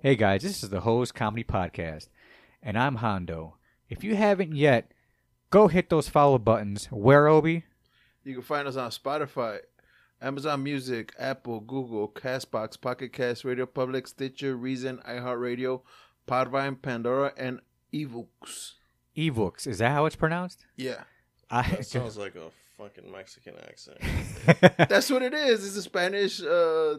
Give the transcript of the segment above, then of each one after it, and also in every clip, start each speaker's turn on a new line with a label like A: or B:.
A: Hey guys, this is the Hose Comedy Podcast, and I'm Hondo. If you haven't yet, go hit those follow buttons. Where Obi?
B: You can find us on Spotify, Amazon Music, Apple, Google, Castbox, Pocket Cast, Radio Public, Stitcher, Reason, iHeartRadio, Podvine, Pandora, and Evooks.
A: Evooks. Is that how it's pronounced?
B: Yeah.
A: I,
C: That sounds like a fucking Mexican accent.
B: That's what it is. It's a Spanish uh,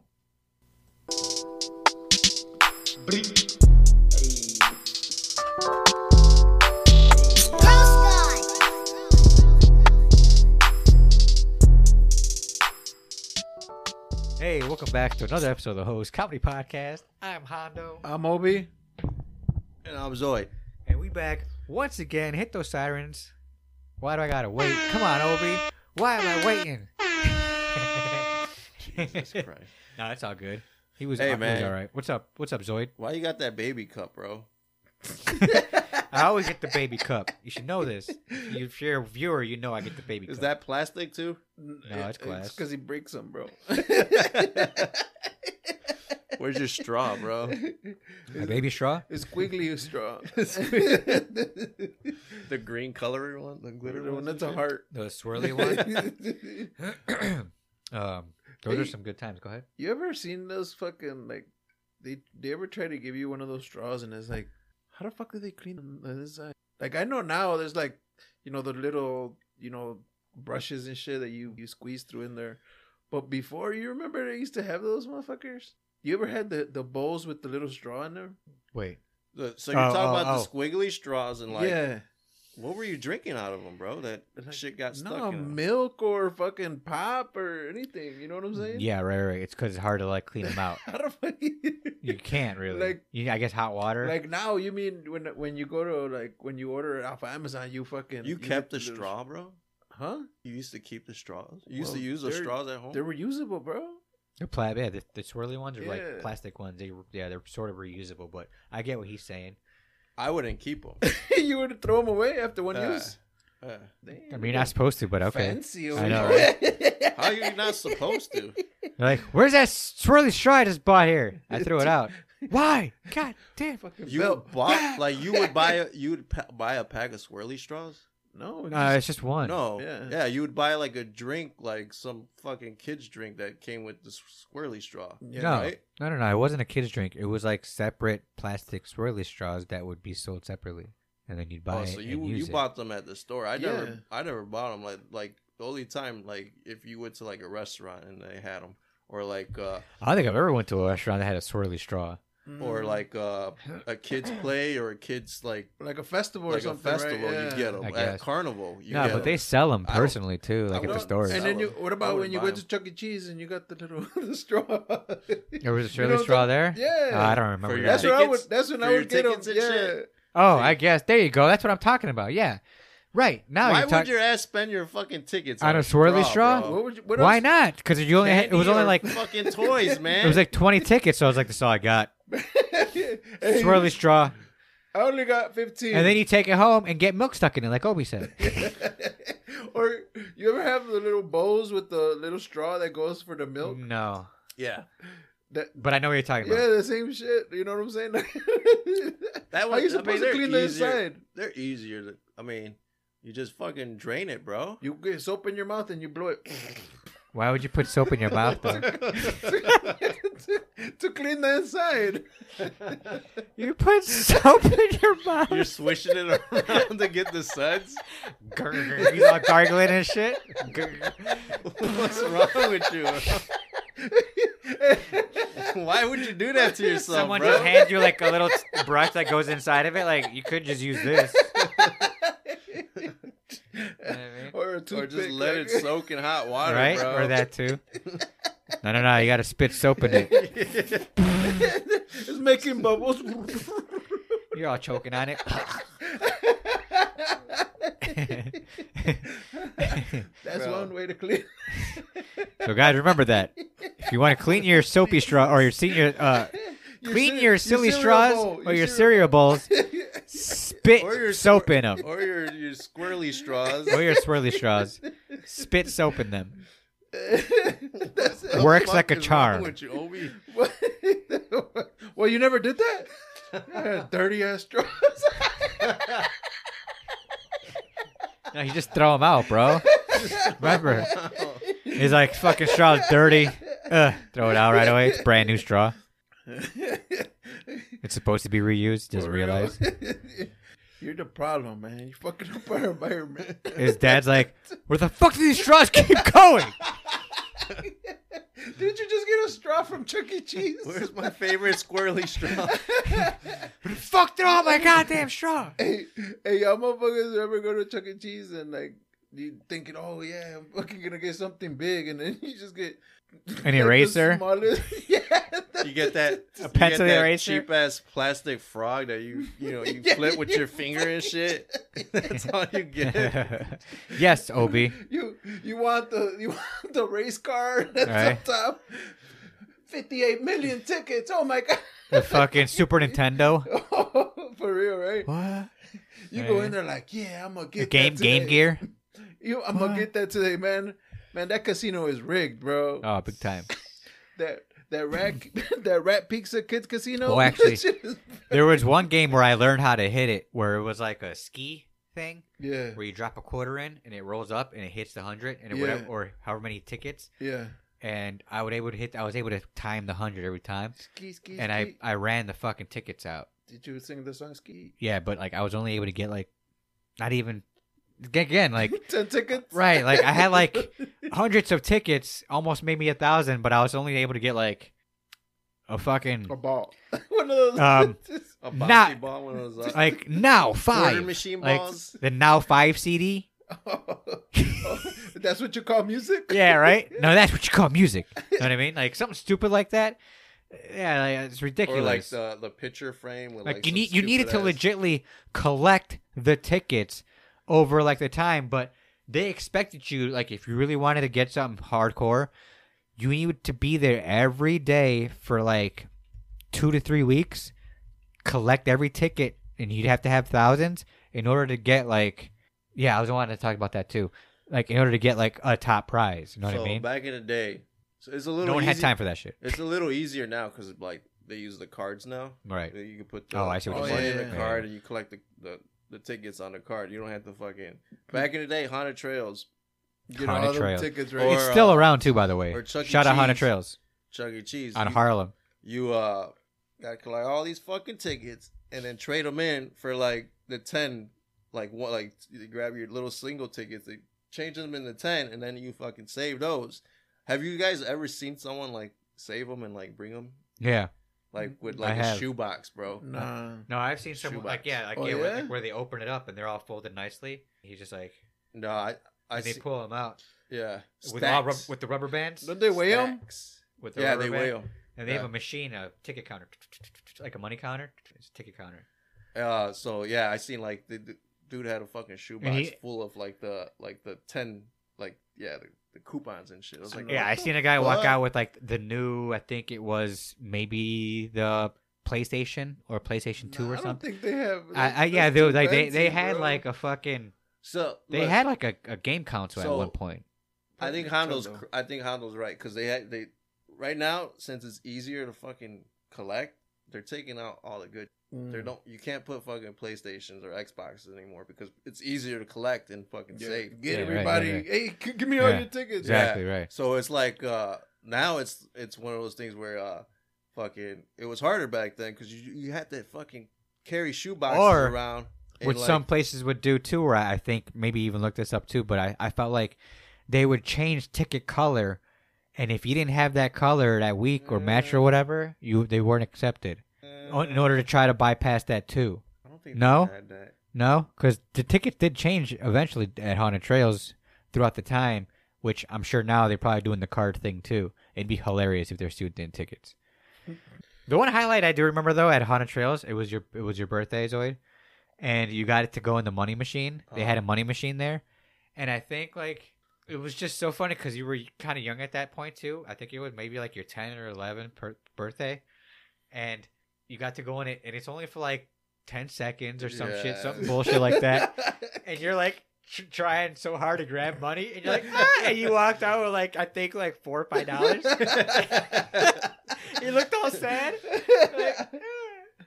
A: hey welcome back to another episode of the hose comedy podcast i'm hondo
B: I'm Obi.
C: And I'm Zoid.
A: And we back once again. Hit those sirens. Why do I gotta wait? Come on, Obi. Why am I waiting?
C: Jesus Christ.
A: no, that's all good. He was,
C: Hey,
A: he was
C: man.
A: all right. What's up? What's up, Zoid?
C: Why you got that baby cup, bro?
A: I always get the baby cup. You should know this. You- If you're a viewer, you know I get the baby
C: Is
A: cup.
C: that plastic too?
A: No, it's glass.
B: because he breaks them, bro.
C: Where's your straw, bro?
A: a baby straw?
B: It's squiggly straw.
C: The green colored one, the glitter
B: Literally,
C: one.
B: that's a heart.
A: The swirly one? um, those are some good times. Go ahead.
B: You ever seen those fucking like they they ever try to give you one of those straws and it's like how the fuck do they clean them on this side? Like I know now there's like you know the little you know brushes and shit that you you squeeze through in there, but before you remember they used to have those motherfuckers. You ever had the the bowls with the little straw in them?
A: Wait.
C: The- So you're
A: Oh,
C: talking
A: oh,
C: about
A: oh.
C: the squiggly straws and like,
B: yeah,
C: what were you drinking out of them, bro? That
B: Like,
C: shit got stuck.
B: no
C: in 'em.
B: milk or fucking pop or anything. You know what I'm saying?
A: Yeah, right, right. right. It's because it's hard to like clean them out.
B: How the fuck?
A: You can't really.
B: Like-
A: you, I guess hot water.
B: Like now, you mean when when you go to like when you order it off Amazon, you fucking
C: You
B: get
C: kept the straw, bro.
B: huh?
C: You used to keep the straws. You used to
B: Well,
C: use those
B: they're-
C: straws at home.
B: They're reusable, bro.
A: They're pla- yeah, the, the swirly ones are
B: Yeah.
A: like plastic ones. They yeah, they're sort of reusable, but I get what he's saying.
C: I wouldn't keep Uh, them.
B: you would throw them away after one
C: Yeah.
B: use.
C: Yeah.
A: I
B: Damn,
A: mean, you're not supposed to, but okay.
B: fancy.
A: I
B: over
A: know,
B: here.
C: How are you not supposed to?
A: You're like, where's that swirly straw I just bought here? I threw it out. Why? God damn!
B: Fucking
C: You
B: belt.
C: bought like you would buy a, you would pa- buy a pack of swirly straws.
B: No,
A: No,
B: just-
A: it's just one.
C: No,
B: Yeah.
C: yeah. you would buy like a drink, like some fucking kids drink that came with the s- swirly straw.
B: Yeah,
A: no,
C: right?
A: no, no, no. It wasn't a kid's drink. It was like separate plastic swirly straws that would be sold separately, and then you'd buy
C: oh,
A: it
C: so you
A: and use
C: you
A: it.
C: bought them at the store. I
B: Yeah.
C: never I never bought them. Like like the only time like if you went to like a restaurant and they had them, or like uh
A: I don't think I've ever went to a restaurant that had a swirly straw.
C: or
B: Mm,
C: like uh a kids play or a kids like
B: like a festival or
C: like a
B: something. right?
C: festival
B: Yeah.
C: you get them
A: I
C: at
A: guess.
C: carnival. You
A: No,
C: get
A: but
C: 'em.
A: they sell them
C: I don't-
A: personally too, like
C: I
A: at the
C: don't-
A: stores.
B: And then you, what about when
C: wouldn't
B: you
C: buy
B: went
C: 'em.
B: to Chuck E. Cheese and you got the little the straw?
A: There was a
B: You
A: swirly
B: know,
A: straw there.
B: Yeah,
A: Oh, I don't remember.
C: your
A: that.
B: That's what I would.
C: Tickets-
B: That's when
C: for
B: I
C: your
B: would get them.
C: tickets and
B: Yeah.
C: shit.
A: Oh, I guess there you go. That's what I'm talking about. Yeah, right now
C: Why
A: you're
C: would
A: talking.
C: your ass spend your fucking tickets
A: On a swirly straw?
C: bro?
B: What would you, what
A: Why
B: else?
A: not? Because you only had, it was
C: Candy
A: only
C: or
A: like it
C: fucking toys, man.
A: was like 20 tickets, so I was like, that's all I got.
B: Hey,
A: Swirly straw,
B: I only got fifteen.
A: and then you take it home and get milk stuck in it, like Obi said.
B: or you ever have the little bowls with the little straw that goes for the milk?
C: Mm,
A: No,
C: yeah,
B: That,
A: but I know what you're talking
B: yeah,
A: about.
B: the same shit. You know what I'm saying?
C: that
B: How
C: was.
B: you
C: I mean,
B: supposed
C: they're
B: to clean the
C: easier-
B: inside?
C: They're easier. To, I mean, you just fucking drain it, bro.
B: You get soap in your mouth and you blow it
A: Why would you put soap in your mouth? though?
B: to, to clean the inside.
A: you put soap in your mouth.
C: You're swishing it around to get the suds.
A: Grr, He's all gargling and shit. Grr.
C: What's wrong with you? Why would you do that to yourself,
A: Someone
C: bro?
A: just hands you like a little t- brush that goes inside of it. Like you could just use this. You know what I mean?
B: or a
C: or
B: toothpick,
C: just let
B: like-
C: it soak in hot water,
A: right?
C: bro.
A: Or that too? No, no, no. You got to spit soap in it.
B: it's making bubbles.
A: You're all choking on it.
B: That's
C: Bro.
B: one way to clean.
A: So guys, remember that. If you want to clean your soapy straw or your senior, uh, clean
B: cere-
A: your silly
B: cereal
A: straws
B: bowl,
A: or your
B: cereal-
A: cereal bowls, spit
C: Or your
A: soap in them,
C: or your your squirrely straws.
A: or your swirly straws, spit soap in them.
B: That's it.
A: Works
C: Fuck
A: like a
C: is wrong
A: charm.
C: with you, Obi?
B: What? well, you never did that. Dirty ass straws.
A: No, you just throw them out, bro. Remember, he's like fucking straw's dirty. Ugh, throw it out right away. It's brand new straw. It's supposed to be reused. Just
B: For real.
A: realize.
B: You're the problem, man. You're fucking up our environment.
A: His dad's like, where the fuck do these straws keep going?
B: Didn't you just get a straw from Chuck E. Cheese?
C: Where's my favorite squirrely straw?
A: Where the fuck did all my goddamn straw?
B: hey, hey, y'all motherfuckers ever go to Chuck E. Cheese and like you thinking, oh yeah, I'm fucking gonna get something big, and then you just get like, the
A: eraser?
B: smallest- yeah,
C: You get that you get
A: pencil
C: that
A: eraser?
C: cheap ass plastic frog that you you know you
B: Yeah,
C: flip with
B: you
C: your finger and shit. That's all you get.
A: yes, Obi.
B: You you want the you want the race car that's
A: Right.
B: up top. Fifty-eight million tickets. Oh my
A: The fucking Super Nintendo.
B: god, for real, right?
A: What?
B: You go
A: Yeah.
B: in there like, yeah, I'm gonna
A: The
B: get
A: game
B: that
A: Game
B: today.
A: Gear.
B: You, I'm gonna
A: What?
B: get that today, man. Man, that casino is rigged, bro.
A: Oh, big time.
B: that that rat that rat pizza kids casino.
A: Oh, actually-
B: That shit is-
A: There was one game where I learned how to hit it, where it was like a ski thing,
B: yeah,
A: where you drop a quarter in and it rolls up and it hits the hundred and it
B: Yeah.
A: whatever or however many tickets.
B: yeah.
A: And I would able to hit. I was able to time the hundred every time,
B: Ski, ski,
A: and I
B: ski.
A: I ran the fucking tickets out.
B: did you sing the song Ski?
A: Yeah, but like I was only able to get like, not even, again like
B: Ten tickets.
A: Right, like, I had, like- hundreds of tickets almost made me a thousand, but I was only able to get like a fucking
B: a ball. One of those.
A: Um,
C: A bouncy
A: Not-
C: ball one of those uh,
A: like now
C: quarter
A: five,
C: machine
A: like
C: balls.
A: the now five CD.
B: that's what you call music.
A: Yeah, right. No, that's what you call music. You know what I mean? Like something stupid like that. Yeah, like, it's
C: Or like
A: ridiculous. Like,
C: the, the picture frame with
A: you
C: some
A: need you needed to
C: stupid-ass-
A: legitly collect the tickets over like the time, but they expected you like if you really wanted to get something hardcore, you need to be there every day for like two to three weeks, collect every ticket, and you'd have to have thousands in order to get like yeah, I was wanting to talk about that too. Like in order to get like a top prize, you know
C: so
A: what I mean?
C: back in the day, so it's a little.
A: No one had
C: easy-
A: time for that shit.
C: It's a little easier now because like they use the cards now.
A: Right.
C: You can put the
A: Oh, I see what
B: you're
C: money
B: saying.
C: in the
B: Yeah.
C: card and you collect the, the, the tickets on the card. You don't have to fucking. Back in the day, Haunted Trails,
B: Get
A: Haunted
B: all them
A: Trail.
B: tickets
C: Or,
B: right.
A: it's still
C: uh,
A: around too, by the way.
C: or Chuck E.
A: Shout out Haunted
C: Cheese.
A: Trails
C: Chuck E. Cheese.
A: on
C: you,
A: Harlem.
C: you uh got to collect all these fucking tickets and then trade them in for like the ten, like one, like you grab your little single tickets, they change them into ten, and then you fucking save those. Have you guys ever seen someone like save them and like bring them
A: Yeah.
C: like with
A: Mm, I
C: like a
A: have.
C: shoebox, bro?
B: Nah.
A: No, I've seen some
C: Shoebox.
A: like yeah, like,
B: Oh,
A: yeah, Where,
B: yeah?
A: like, where they open it up and they're all folded nicely. He's just like
C: No, I, I
A: and they
C: see-
A: pull them out
C: yeah.
A: with all rub-
C: Stacks.
A: with the rubber bands.
B: Don't they weigh them?
C: Stacks.
A: With the
C: Yeah,
A: rubber
C: they
A: band,
C: weigh them.
A: And they have
C: yeah.
A: a machine, a ticket counter, like a money counter. It's a ticket counter.
C: Uh, so yeah, I seen like the, the dude had a fucking shoebox
A: he-
C: full of like the like the ten like yeah the, the coupons and shit. I was like,
A: Yeah,
C: what
A: I
C: the
A: seen a guy walk
C: fuck?
A: out with like the new. I think it was maybe the PlayStation or PlayStation Two
B: Nah,
A: or
B: I don't
A: something.
B: think they have.
A: I, I yeah,
B: that's
A: they
B: too
A: was like they, they
B: fancy,
A: had
B: bro.
A: like a fucking
C: So
A: they
C: look,
A: had like a, a game console at
C: So-
A: one point.
C: I think Hondo's. cr- I think Hondo's right because they had they right now since it's easier to fucking collect, they're taking out all the good.
B: Mm.
C: They don't. You can't put fucking PlayStations or Xboxes anymore because it's easier to collect and fucking
B: Yeah,
C: save.
B: Get
A: Yeah, right,
B: everybody.
A: right,
B: Hey, g- give me all
A: Yeah,
B: your tickets.
C: exactly.
A: right.
C: So it's like uh now it's it's one of those things where uh fucking it was harder back then because you you had to fucking carry shoe boxes
A: Or-
C: around. and,
A: which
C: like-
A: some places would do too or i I think maybe even look this up too but I, I felt like they would change ticket color and if you didn't have that color that week or match or
C: Mm.
A: whatever you they weren't accepted o- in order to try to bypass that too
C: eh, I don't think they
A: No?
C: had that.
A: no because the tickets did change eventually at haunted trails throughout the time which i'm sure now they're probably doing the card thing too it'd be hilarious if they're still doing tickets The one highlight I do remember though at Haunted Trails, it was your it was your birthday, Zoid, and you got it to go in the money machine. They had a money machine there, and I think like it was just so funny because you were kind of young at that point too. I think it was maybe like your ten or eleven per- birthday, and you got to go in it, and it's only for like ten seconds or some shit,
C: Yeah.
A: some bullshit like that, and you're like. tr- Trying so hard to grab money, and you're like, ah! and you walked out with like I think like four or five dollars. You looked all sad.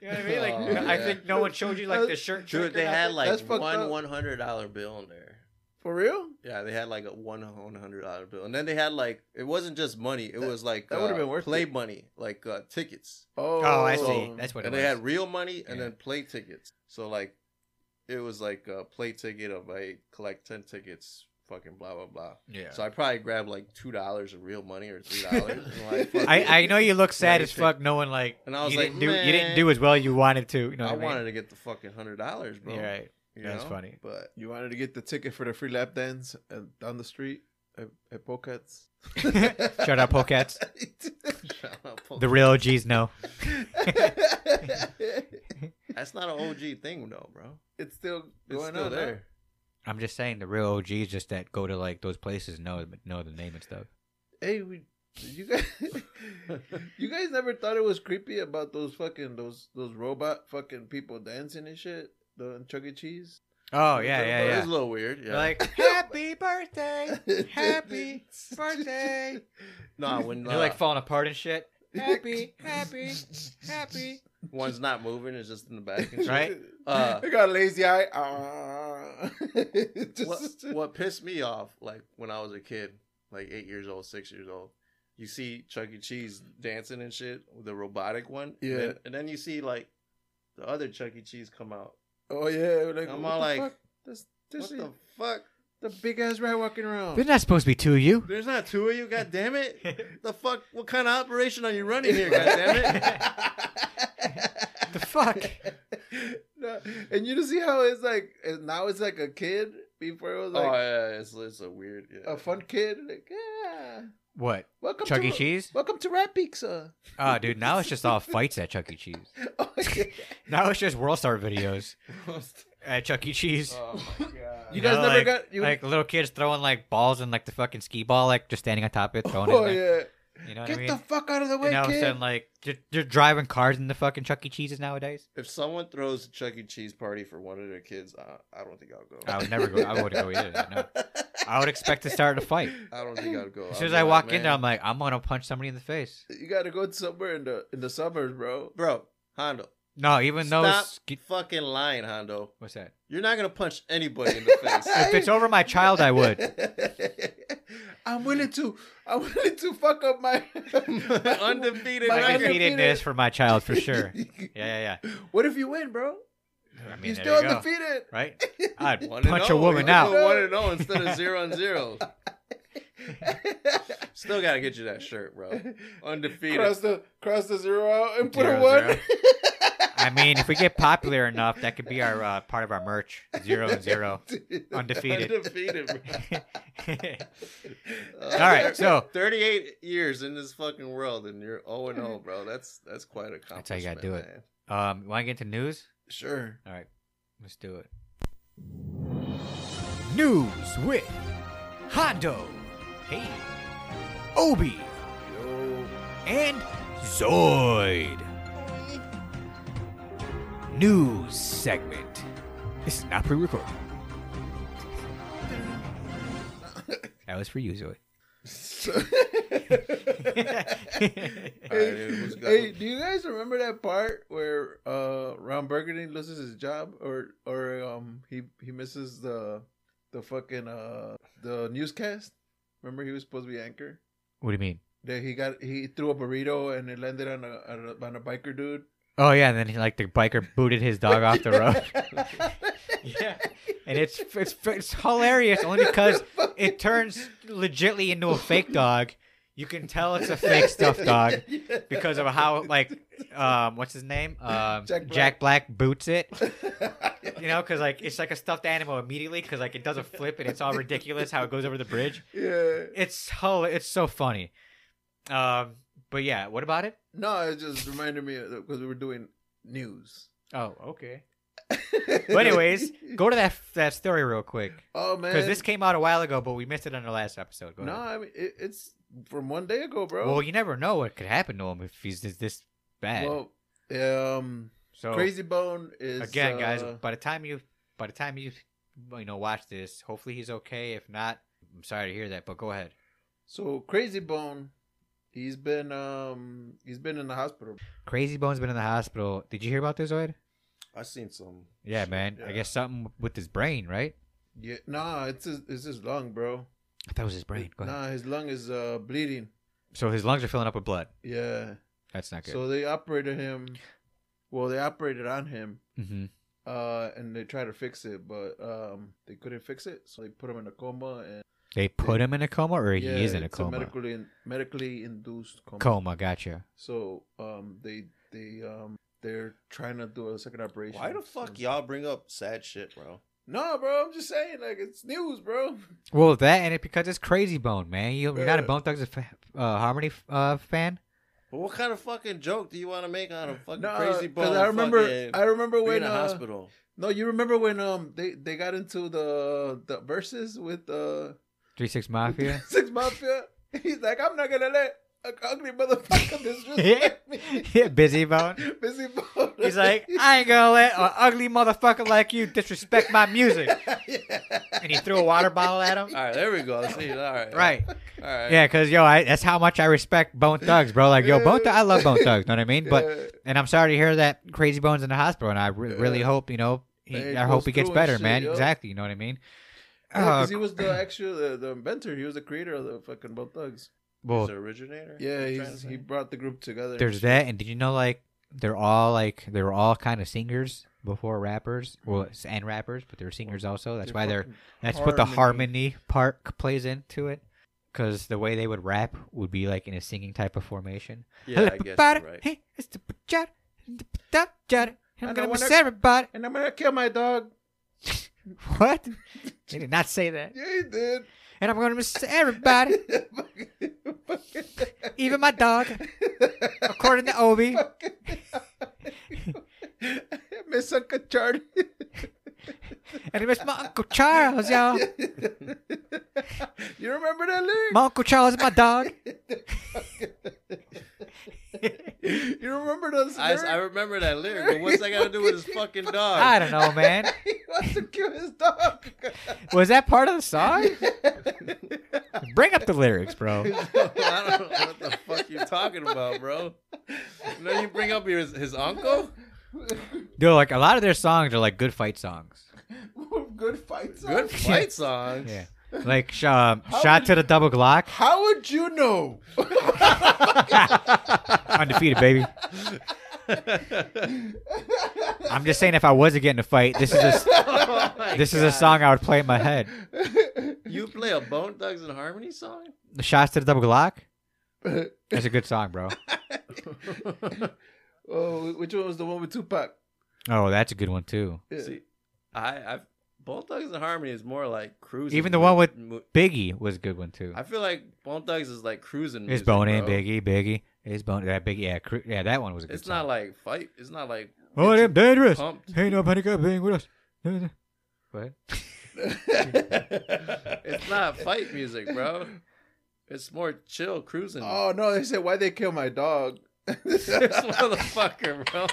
A: Like, eh. you know what I mean? Like,
C: Oh,
A: no- I
C: yeah.
A: think no one showed you like the shirt.
C: Dude,
A: trick or
C: they had
A: nothing.
C: like
B: That's fucked
C: one
B: up.
C: one hundred dollar bill in there.
B: For real?
C: Yeah, they had like a one one hundred dollar bill, and then they had like it wasn't just money; it
B: That-
C: was like
B: that would've
C: uh,
B: been worth
C: play
B: it.
C: money, like uh, tickets.
B: Oh,
A: Oh, I see.
C: So-
A: That's what it
C: And
A: was.
C: they had real money and
A: Yeah.
C: then play tickets. So like, it was like a play ticket of I collect ten tickets, fucking blah blah blah.
A: yeah.
C: So I probably grabbed like two dollars of real money or three dollars. and, like, fucking-
A: I, I know you look sad
C: Right,
A: as fuck, knowing like
C: And I was
A: you
C: like,
A: didn't do you didn't
C: "Man."
A: do as well you wanted to. You know,
C: I
A: what I, mean?
C: wanted to get the fucking hundred dollars, bro.
A: You're right.
C: You
A: That's
C: know?
A: funny.
C: But
B: You wanted to get the ticket for the free lap dance uh, down the street at, at Pocats?
A: Shout out Pocats. The
C: the
A: real OGs know.
C: that's not an OG thing though, bro.
B: it's still
C: It's
B: going
C: still
B: on
C: there.
B: there.
A: I'm just saying the real OGs just that go to like those places know know the name and stuff.
B: Hey, we, you guys, you guys never thought it was creepy about those fucking those those robot fucking people dancing and shit. The Chuck E. Cheese.
A: Oh yeah,
C: It
A: yeah,
C: was
A: yeah.
C: a little weird. Yeah.
A: Like happy birthday, happy birthday.
C: no,
B: Oh,
C: I wouldn't.
A: They're
C: uh,
A: like falling apart and shit. Happy, happy, happy.
C: one's not moving; it's just in the back. And shit.
A: Right?
C: Uh,
B: I got a lazy eye. Ah.
C: what,
B: Just-
C: what pissed me off, like when I was a kid, like eight years old, six years old, you see Chuck E. Cheese dancing and shit, the robotic one.
B: Yeah.
C: And then, and then you see like the other Chuck E. Cheese come out.
B: Oh yeah, like
C: I'm
B: what
C: all
B: the
C: like,
B: fuck? This, this
C: What
B: is
C: the fuck?
B: the big ass rat walking around.
A: They're not supposed to be two of you.
C: There's not two of you, god damn it. The fuck? What kind of operation are you running here, god damn it?
A: The fuck?
B: No, and you just see how it's like and now it's like a kid before it was
C: oh
B: like
C: yeah, it's, it's a weird. Yeah.
B: a fun kid. Like yeah,
A: What?
B: welcome
A: Chuck
B: to
A: E. Cheese?
B: Welcome to Rat Pizza.
A: Oh, dude, now it's just all fights at Chuck E. Cheese.
B: Oh, yeah.
A: Now it's just World Star videos at Chuck E. Cheese.
C: oh my god.
B: you
A: know,
B: guys never
A: like-
B: got you.
A: Like little kids throwing like balls and like the fucking skee ball, like just standing on top of it, throwing
B: oh
A: it. like,
B: yeah,
A: You know what
B: get
A: I mean?
B: the fuck out of the way,
A: and all of a
B: kid.
A: sudden, like you're, you're driving cars in the fucking Chuck E. Cheeses nowadays.
C: If someone throws a Chuck E. Cheese party for one of their kids, I, I don't think I'll go.
A: I would never go. I wouldn't go either. No, I would expect to start a fight.
C: I don't think I'll go.
A: As
C: I'll
A: soon as
C: be
A: I
C: like,
A: walk in
C: "Man,
A: there, I'm like, I'm gonna punch somebody in the face.
B: you gotta go somewhere in the in the suburbs, bro.
C: bro, Hondo,
A: No, even though
C: stop
A: ske-
C: fucking lying, Hondo.
A: what's that?
C: You're not gonna punch anybody in the face.
A: If it's over my child, I would.
B: I'm willing to. I'm willing to fuck up my, my
C: Undefeated
B: my
A: I
C: record.
A: defeated this for my child for sure. Yeah, yeah,
B: What if you win, bro?
A: yeah. I mean,
B: You're
A: there
B: still
A: you go.
B: undefeated.
A: right? I'd
C: One and
A: punch a
C: oh.
A: woman
C: You
A: out.
C: go One and zero instead of zero and zero. Still gotta get you that shirt, bro. Undefeated.
B: cross the cross the zero out and put
A: Zero,
B: a one.
A: zero. I mean, if we get popular enough, that could be our uh, part of our merch. Zero and zero, undefeated.
C: Undefeated. bro.
A: All right, so
C: 38 years in this fucking world, and you're 0 and 0, bro. That's that's quite a accomplishment.
A: That's how you gotta do it.
C: man.
A: um, want to get into news?
B: Sure.
A: All right, let's do it. News with Hondo, hey, Obi, and Zoid. News segment. This is not pre-recorded. That was for you, Zoid.
C: All right, dude, what's good?
B: Hey, do you guys remember that part where uh Ron Burgundy loses his job or or um he he misses the the fucking uh the newscast? Remember he was supposed to be anchor?
A: what do you mean?
B: That he got he threw a burrito and it landed on a on a, on a biker dude.
A: Oh yeah, and then he, like the biker booted his dog off the road. yeah, and it's it's it's hilarious only because it turns legitly into a fake dog. You can tell it's a fake stuffed dog because of how like um what's his name um
B: Jack Black.
A: Jack Black boots it. You know, because like it's like a stuffed animal immediately because like it does a flip and it's all ridiculous how it goes over the bridge.
B: yeah.
A: It's hell. It's so funny. Um, But yeah, what about it?
B: No, it just reminded me because we were doing news.
A: Oh, okay. But anyways, go to that that story real quick
B: oh man,
A: because this came out a while ago, but we missed it on the last episode. Go
B: no,
A: ahead.
B: I mean it, it's from one day ago, bro.
A: Well, you never know what could happen to him if he's this, this bad.
B: Well, um,
A: so
B: Crazy Bone is
A: again, guys,
B: uh,
A: by the time you by the time you you know watch this, hopefully he's okay. If not, I'm sorry to hear that, but go ahead.
B: So Crazy Bone, he's been um he's been in the hospital.
A: Crazy Bone's been in the hospital. Did you hear about this, Ed?
C: I seen some.
A: Yeah,
C: shit,
A: man. I
C: yeah.
A: guess something with his brain, right?
B: Yeah, nah, it's his, it's his lung, bro.
A: I thought it was his brain. Go ahead.
B: Nah, his lung is uh bleeding.
A: So his lungs are filling up with blood.
B: Yeah.
A: That's not good.
B: So they operated him. Well, they operated on him,
A: hmm
B: uh, and they tried to fix it, but um, they couldn't fix it, so they put him in a coma. And
A: They put him in a coma, or he
B: yeah,
A: is in a
B: it's
A: coma.
B: medically medically induced coma.
A: Coma, gotcha.
B: So um, they they um they're trying to do a second operation.
C: Why the fuck y'all bring up sad shit, bro?
B: No, bro, I'm just saying, like it's news, bro.
A: Well, that and it because it's Crazy Bone, man. You, you're not a
B: Yeah.
A: Bone Thugs and Fa- uh, Harmony uh, fan.
C: But what kind of fucking joke do you want to make on a fucking
B: No,
C: crazy bone?
B: I remember,
C: fucking
B: I remember
C: being
B: when
C: in a
B: uh,
C: hospital.
B: No, you remember when um they they got into the the verses with uh
A: Three Six Mafia.
B: Six Mafia. He's like, I'm not gonna let a ugly motherfucker disrespect me.
A: yeah, Busy Bone.
B: Busy bone.
A: He's like, "Ah, I ain't gonna let an ugly motherfucker like you disrespect my music. And he threw a water bottle at him.
C: All right, there we go. See, all right,
A: Right.
C: all right.
A: Yeah, because, yo, I, that's how much I respect Bone Thugs, bro. Like, yo, Bone Thugs, I love Bone Thugs, know what I mean? But, ah, and I'm sorry to hear that Crazy Bone's in the hospital, and I re- really
B: Yeah.
A: hope, you know,
B: Hey,
A: he,
B: it
A: I hope
B: goes
A: he gets
B: through and
A: better,
B: shit,
A: man.
B: yo.
A: Exactly, you know what I mean? Uh,
B: because he was the actual uh, the, the inventor. He was the creator of the fucking Bone Thugs.
A: well,
C: He's the originator.
B: Yeah,
C: You're trying
B: he's,
C: to
B: he
C: say?
B: brought the group together.
A: there's that, and did you know, like, they're all, like, they were all kind of singers before rappers, well, and rappers, but they're singers also. That's why they're
B: fucking-
A: That's what the
B: Harmony.
A: harmony part c- plays into it. Because the way they would rap would be like in a singing type of formation.
C: yeah. I guess you're right.
A: Hey, it's the pajada, the pajada, and I'm
B: And
A: gonna
B: I
A: miss
B: wonder-
A: everybody.
B: And I'm gonna kill my dog.
A: What? They did not say that.
B: Yeah, he did.
A: And I'm gonna miss everybody, even my dog, according to Obi.
B: Miss Uncle Charlie.
A: And I miss my Uncle Charles, y'all.
B: you remember that lyric?
A: My Uncle Charles is my dog.
B: you remember those?
C: I,
B: Lyrics?
C: I remember that lyric, but what's that got to do with his fucking dog?
A: I don't know, man.
B: he wants to kill his dog.
A: Was that part of the song? Bring up the lyrics, bro.
C: I don't know what the fuck you're talking about, bro. Now you bring up his, his uncle?
A: Dude, like a lot of their songs are like good fight songs.
B: Good fight song.
C: Good fight songs.
A: Yeah. Like sh- um,
B: How
A: shot
B: would
A: to the double Glock,
B: How would you know?
A: undefeated baby. I'm just saying, if I was to get in a fight, this is a, s-
C: Oh my
A: this is
C: God.
A: a song I would play in my head.
C: You play a Bone Thugs and Harmony song?
A: The shots to the double Glock. That's a good song, bro.
B: oh, which one was the one with Tupac?
A: Oh, that's a good one too.
B: Yeah.
C: See, I, I Bone Thugs and Harmony is more like cruising.
A: Even the one with-
C: mu-
A: Biggie was a good one too.
C: I feel like Bone Thugs is like cruising.
A: It's
C: music,
A: Bone and
C: bro.
A: Biggie, Biggie. It's Bone that Biggie. Yeah, cr- yeah, that one was a good
C: It's
A: song.
C: not like fight. It's not like
A: oh, them dangerous.
C: pumped.
A: Hey, no panic up being with us. What?
C: It's not fight music, bro. It's more chill cruising.
B: oh no, they said why they kill my dog.
C: This motherfucker, bro.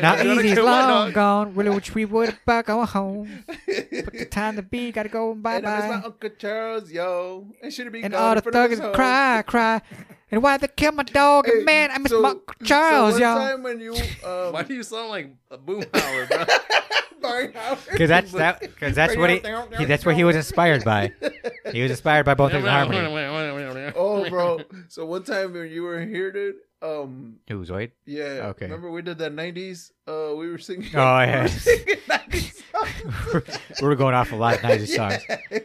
A: Now
C: You wanna
A: easy's
C: kill my
A: long
C: dog?
A: gone. Really wish we would about going home. But the time to be, gotta go and bye
B: and I miss my
A: bye.
B: Uncle Charles, yo. And should be
A: And
B: gone
A: all
B: in
A: the
B: front of
A: thugs
B: his hoe.
A: cry, cry. And why they kill my dog?
B: Hey,
A: And man, I miss
B: so-
A: my Uncle Charles,
B: so one
A: y'all.
B: time when you,
C: Why
B: um,
C: do you sound like a boomhauer, bro?
A: Because that's that. Because that's what he. he- That's what he was inspired by. He was inspired by both his harmony.
B: oh, bro. So one time when you were here, dude. Um,
A: Who's right?
B: yeah.
A: Okay.
B: Remember we did that '90s? Uh, we were singing.
A: Oh,
B: we were
A: yeah.
B: singing 90s songs.
A: we were going off a lot of nice songs.
B: They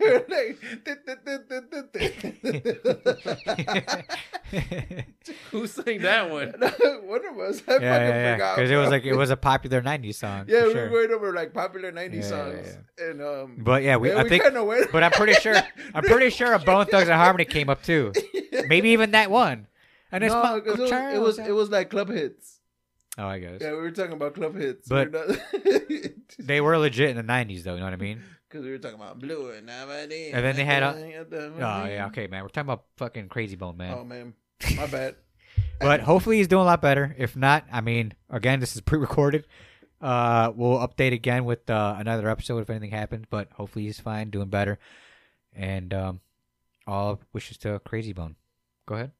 B: were like, "Dit, dit, dit, dit, dit, dit."
C: Who sang that one?
B: One of us, I fucking
A: yeah, yeah, yeah.
B: forgot.
A: Because it was
B: bro.
A: like it was a popular '90s song.
B: yeah,
A: for
B: we
A: sure.
B: were going over like popular '90s
A: Yeah, yeah,
B: songs, and um,
A: But yeah, we.
B: yeah,
A: I
B: we
A: think.
B: kind of went.
A: But I'm pretty sure. I'm pretty sure a Bone Thugs and Harmony came up too. Maybe even that one. And it's
B: no,
A: Pop
B: 'cause it was, it was it was like club hits.
A: Oh, I guess
B: Yeah, we were talking about club hits.
A: But-
B: because
A: they were legit in the '90s, though. You know what I mean?
B: we were talking about blue and Aberdeen.
A: And then they had a-
B: Oh
A: Oh yeah, okay, man. We're talking about fucking Crazy Bone, man.
B: Oh man, my bad.
A: but hopefully he's doing a lot better. If not, I mean, again, this is pre-recorded. Uh, we'll update again with uh, another episode if anything happens. But hopefully he's fine, doing better, and um, all wishes to Crazy Bone. Go ahead.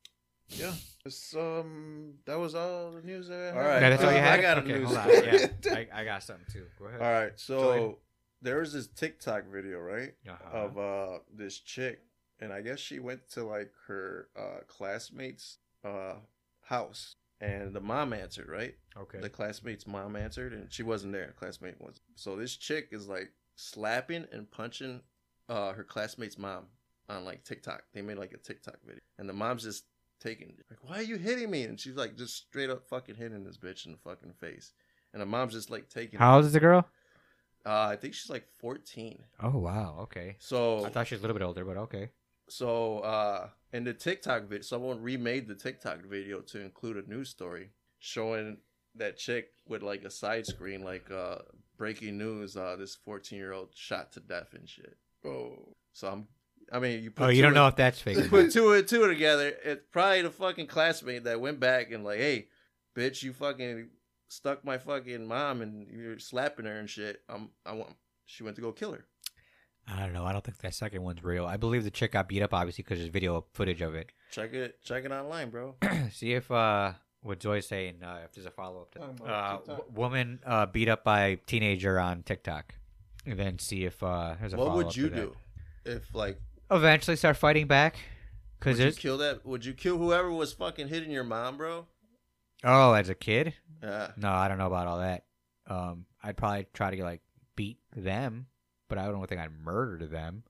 B: Yeah. It's, um, that was all the news. That I had.
C: All right. uh,
A: Yeah, that's all you
C: I
A: had.
C: got a
A: okay,
C: news
A: hold on.
C: story.
A: Yeah, I, I got something too. Go ahead.
C: All
A: Jordan.
C: right, so there was this TikTok video, right,
A: Uh-huh.
C: of uh this chick, and I guess she went to like her uh classmate's uh house, and the mom answered, right?
A: okay.
C: The classmate's mom answered, and she wasn't there. Classmate was. So this chick is like slapping and punching uh her classmate's mom on like TikTok. They made like a TikTok video, and the mom's just taking it. like, "Why are you hitting me?" And she's like just straight up fucking hitting this bitch in the fucking face, and the mom's just like taking. it.
A: How old is the girl?
C: Uh, I think she's like 14.
A: Oh wow. Okay.
C: So,
A: I thought she was a little bit older, but okay.
C: so uh, in the TikTok video, someone remade the TikTok video to include a news story showing that chick with like a side screen, like uh, breaking news. Uh, this 14 year old shot to death and shit.
B: Oh,
C: So I'm, I mean, you put
A: Oh, you
C: two
A: don't
C: and-
A: know if that's fake. or
C: put two and two together. It's probably the fucking classmate that went back and like, hey, bitch, you fucking stuck my fucking mom and you're slapping her and shit. I'm, I want. She went to go kill her.
A: not. I don't know. I don't think that second one's real. I believe the chick got beat up, obviously, because there's video footage of it.
C: Check it, check it online, bro.
A: See if uh, what Joy's saying. Uh, if there's a follow up to
B: Talking about
A: uh,
B: TikTok.
A: w- woman uh, beat up by teenager on TikTok, and then see if uh, there's a
C: what
A: follow-up
C: would
A: to
C: you
A: that.
C: do if like
A: Eventually, start fighting back. Cause
C: would you
A: it's
C: kill that would you kill whoever was fucking hitting your mom bro
A: oh, as a kid,
C: yeah
A: no, I don't know about all that. Um, I'd probably try to like beat them, but I don't think I'd murder them.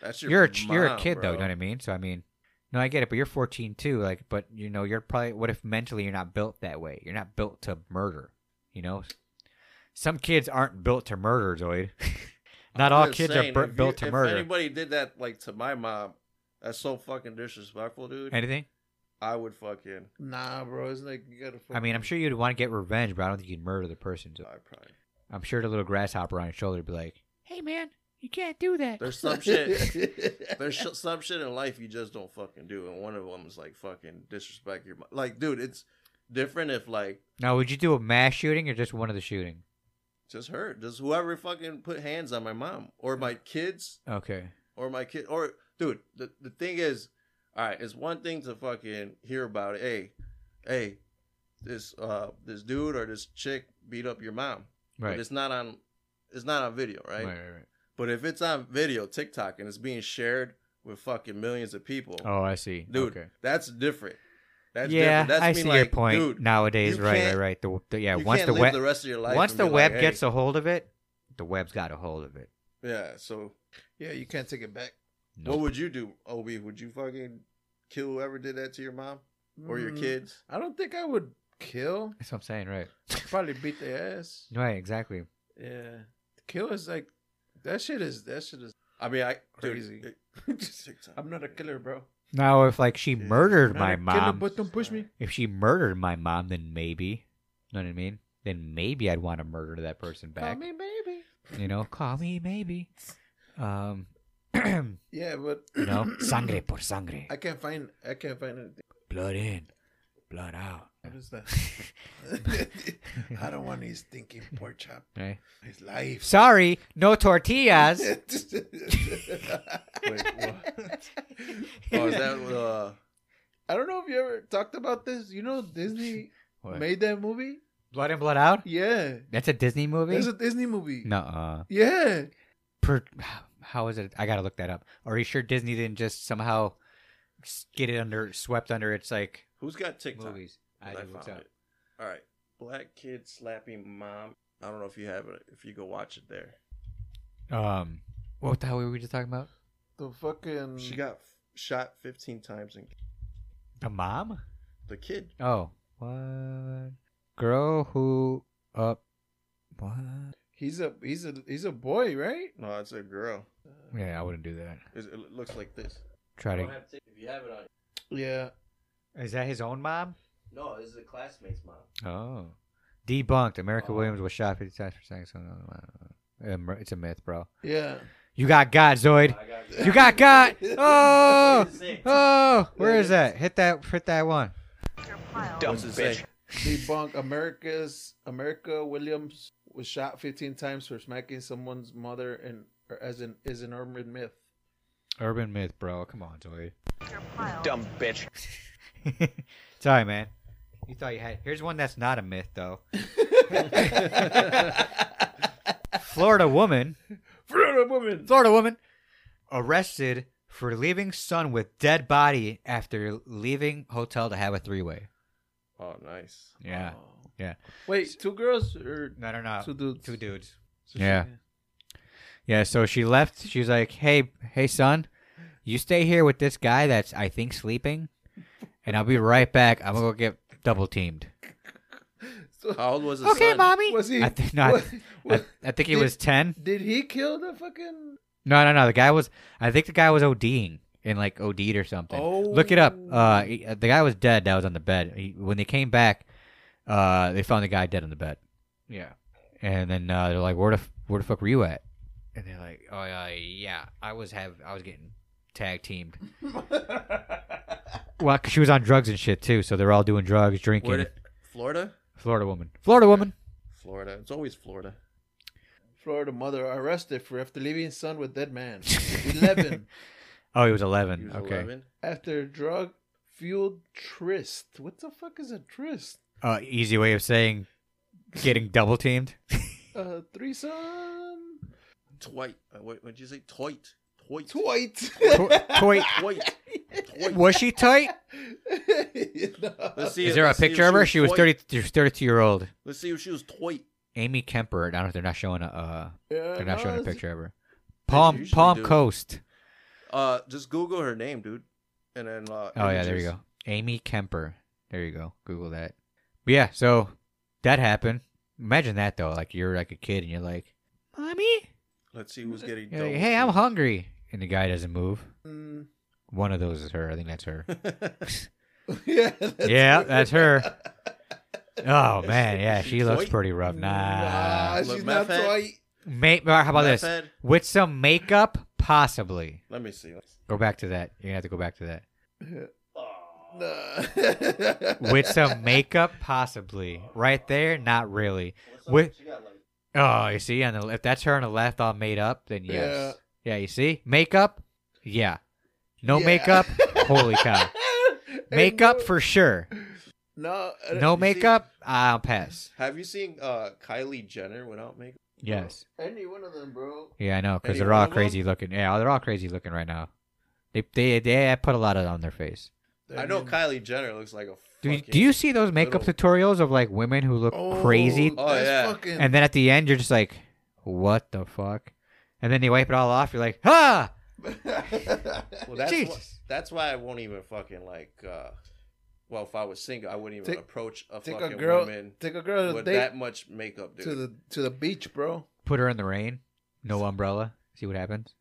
C: that's your
A: you're a, ch you're a
C: mom,
A: kid though,
C: bro.
A: you know what I mean? So I mean, no, I get it, but you're 14 too. Like, but you know, you're probably what if mentally you're not built that way? You're not built to murder. You know, some kids aren't built to murder, Zoid. not all
C: Just
A: kids
C: saying,
A: are
C: if
A: bu-
C: you-
A: built to
C: if
A: murder.
C: anybody did that like to my mom that's so fucking disrespectful dude
A: Anything?
C: i would fucking
B: nah, bro. It's like you gotta.
A: I mean, I'm sure you'd want to get revenge, but I don't think you'd murder the person.
C: I
A: So
C: probably
A: I'm sure the little grasshopper on his shoulder would be like, "Hey, man, you can't do that."
C: there's some shit there's sh- some shit in life you just don't fucking do and one of them is like fucking disrespect your mom like dude it's different if like
A: Now, would you do a mass shooting or just one of the shooting?
C: just her just whoever fucking put hands on my mom or my kids
A: Okay.
C: or my kid or dude the, the thing is all right it's one thing to fucking hear about it hey hey this uh this dude or this chick beat up your mom
A: Right.
C: but it's not on it's not on video
A: right.
C: right?
A: Right. Right.
C: but if it's on video tiktok and it's being shared with fucking millions of people
A: Oh, I see.
C: dude
A: okay.
C: that's different that's
A: yeah,
C: different. that's
A: I
C: me
A: see your
C: like,
A: point.
C: dude,
A: Nowadays,
C: you
A: right, right,
C: can't-
A: right. The, the- yeah,
C: you
A: once
C: can't
A: the
C: live
A: web
C: the rest of your life
A: once
C: and
A: the
C: be like,
A: web
C: hey.
A: gets a hold of it, the web's got a hold of it.
C: yeah so
B: yeah, you can't take it back.
A: Nope.
C: what would you do obi would you fucking kill whoever did that to your mom or your
B: Mm,
C: kids
B: I don't think I would kill.
A: That's what I'm saying, right?
B: Probably beat their ass.
A: Right, exactly.
B: Yeah, kill is like that. Shit is that shit is.
C: I mean, I
B: Crazy.
C: Dude, TikTok.
B: I'm not a killer, bro.
A: Now, if like she
C: Yeah.
A: murdered
B: Not
A: my
B: a killer,
A: mom,
B: but don't push me.
A: if she murdered my mom, then maybe, you know what I mean? Then maybe I'd want to murder that person
B: Call
A: back.
B: me baby.
A: You know, call me maybe. Um, you
B: Yeah, but
A: know, sangre por sangre,
B: I can't find. I can't find anything.
A: blood in, blood out.
B: What is that? I don't want his thinking pork chop.
A: Right.
B: His life.
A: Sorry, no tortillas.
C: Wait, what? oh, is that uh,
B: I don't know if you ever talked about this. You know, Disney
A: What?
B: made that movie.
A: Blood in, blood out.
B: Yeah,
A: That's a Disney movie.
B: there's a Disney movie.
A: No, uh,
B: Yeah,
A: per, how is it? I gotta look that up. Are you sure Disney didn't just somehow s- get it under swept under its like
C: who's got TikTok?
A: movies? I
C: Because
A: just looked
C: found
A: up.
C: it. All right, black kid slapping mom. I don't know if you have it. If you go watch it there,
A: Um, what the hell were we just talking about?
B: the fucking.
C: she got f- shot 15 times and
A: The mom?
C: the kid.
A: Oh, what? Girl who up? What?
B: he's a he's a he's a boy, right?
C: No, it's a girl.
A: Yeah, I wouldn't do that.
C: It's- It looks like this.
A: Try to.
C: have it on.
B: Yeah,
A: Is that his own mom?
D: No, this is a classmate's mom.
A: Oh. Debunked. America
D: Oh.
A: Williams was shot 50 times for sex. Um, It's a myth, bro.
B: Yeah.
A: You got God, Zoid.
D: I got
A: You got God. Oh,
D: This is it.
A: oh. Where is that? Hit that. Hit that one.
C: What's it say?
B: Debunk America's America Williams was shot 15 times for smacking someone's mother and or as an is an urban myth.
A: Urban myth, bro. Come on, Zoid.
E: Dumb bitch.
A: Sorry, man. You thought you had. Here's one that's not a myth, though. Florida woman.
B: Florida woman.
A: Florida woman arrested for leaving son with dead body after leaving hotel to have a three way.
C: Oh, nice.
A: Yeah.
B: Oh.
A: yeah.
B: Wait, two girls or
A: No, no, no.
B: two dudes?
A: Uh, Two dudes.
B: So
A: Yeah.
B: she-
A: Yeah, so she left. She's like, "Hey, hey, son, you stay here with this guy that's I think sleeping, and I'll be right back. I'm gonna go get double teamed."
B: So-
C: How old was his
A: Okay,
C: son?
A: mommy.
B: was he?
A: I think not.
B: was-
A: I,
B: was-
A: I think he was ten.
B: did he kill the fucking?
A: No, no, no. The guy was. I think the guy was ODing and like OD'd or something.
B: Oh,
A: Look it up. Uh, he- the guy was dead. That was on the bed. He, when they came back, uh, they found the guy dead on the bed. Yeah. And then uh, they're like, "Where the f- where the fuck were you at?" And they're like, "Oh uh, yeah, I was have I was getting tag teamed. well, 'cause she was on drugs and shit too. So they're all doing drugs, drinking.
C: Where did- Florida?
A: Florida woman. Florida woman.
C: Florida. It's always Florida.
B: Florida mother arrested for after leaving son with dead man. Eleven
A: Oh, he was eleven.
C: He was
A: okay.
C: 11.
B: after drug fueled tryst. What the fuck is a tryst?
A: Uh, easy way of saying getting double teamed.
B: A threesome.
C: Twite. Uh, what did you say? Twite. Twite.
B: Twite.
A: Toy.
C: Twite. Twite.
A: Was she tight?
C: Let's see
A: Is
C: if-
A: there a
C: let's see if
A: picture of her? She was
C: twite.
A: 30, she was 32 year old.
C: Let's see if she was twite.
A: Amy Kemper. I don't know if they're not showing a. Uh, they're not showing a picture of her.
C: They
A: Palm
C: usually
A: Palm
C: do.
A: Coast.
C: Uh, just Google her name, dude, and then. Uh,
A: Oh yeah, there you
C: images.
A: go. Amy Kemper. There you go. Google that. But yeah, so that happened. Imagine that though. Like you're like a kid and you're like, "Mommy,
C: Let's see who's getting.
A: You're like,
C: double
A: hey, I'm
C: teamed.
A: hungry," and the guy doesn't move.
B: Mm,
A: One of those is her. I think that's her.
B: yeah. that's-
A: yeah, that's her. Oh man, yeah,
C: she
A: she looks
C: toy?
A: pretty rough. Nah.
B: Nah,
C: Look,
B: she's
C: my
B: not
C: fat-
B: twite.
A: Ma- how about
C: My
A: this?
C: bad.
A: With some makeup, possibly.
C: Let me see.
A: Go back to that. You're gonna have to go back to that.
B: Nah.
A: With some makeup, possibly. Right there, not really.
D: What's up?
A: With
D: She got like
A: oh, you see, on the if that's her on the left, all made up, then yes. Yeah, you see, makeup, yeah. No
B: Yeah.
A: makeup, holy cow.
B: Ain't
A: Makeup
B: no-
A: for sure.
B: No. uh,
A: No
C: see-
A: makeup, I'll pass.
C: Have you seen uh Kylie Jenner without makeup?
A: Yes.
B: Any one of them, bro.
A: Yeah, I know, because
C: Any
A: they're
C: one
A: all
C: of 'em?
A: crazy looking. Yeah, they're all crazy looking right now. They they they put a lot of it on their face.
C: I know Kylie Jenner looks like a.
A: Do you,
C: Fucking,
A: do you see those makeup
C: little-
A: tutorials of like women who look crazy
C: Oh, yeah.
B: Fucking,
A: And then at the end, you're just like, what the fuck? And then you wipe it all off. You're like, ha!
C: Well, that's why,
A: Jesus.
C: that's why I won't even fucking like. uh Well, if I was single, I wouldn't even
B: Take-
C: approach a
B: take a
C: fucking
B: girl-
C: woman
B: take a girl to
C: with
B: date
C: that much makeup, dude.
B: to the to the beach, bro.
A: Put her in the rain. No umbrella. See what happens.